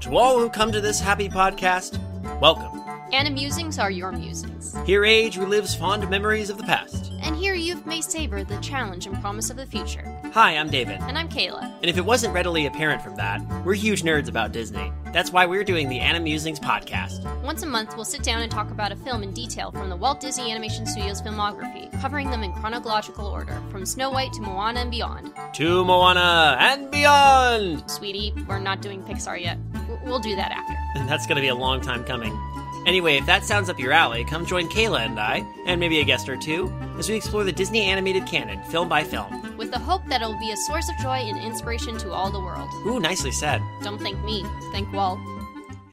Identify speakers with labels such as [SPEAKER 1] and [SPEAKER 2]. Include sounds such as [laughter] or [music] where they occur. [SPEAKER 1] To all who come to this happy podcast, welcome.
[SPEAKER 2] And amusings are your musings.
[SPEAKER 1] Here, age relives fond memories of the past.
[SPEAKER 2] And here you may savor the challenge and promise of the future.
[SPEAKER 1] Hi, I'm David.
[SPEAKER 2] And I'm Kayla.
[SPEAKER 1] And if it wasn't readily apparent from that, we're huge nerds about Disney. That's why we're doing the Animusings podcast.
[SPEAKER 2] Once a month, we'll sit down and talk about a film in detail from the Walt Disney Animation Studios filmography, covering them in chronological order, from Snow White to Moana and beyond.
[SPEAKER 1] To Moana and beyond! [laughs]
[SPEAKER 2] Sweetie, we're not doing Pixar yet. W- We'll do that after.
[SPEAKER 1] And that's going to be a long time coming. Anyway, if that sounds up your alley, come join Kayla and I, and maybe a guest or two, as we explore the Disney animated canon, film by film.
[SPEAKER 2] With the hope that it'll be a source of joy and inspiration to all the world.
[SPEAKER 1] Ooh, nicely said.
[SPEAKER 2] Don't thank me, thank Walt.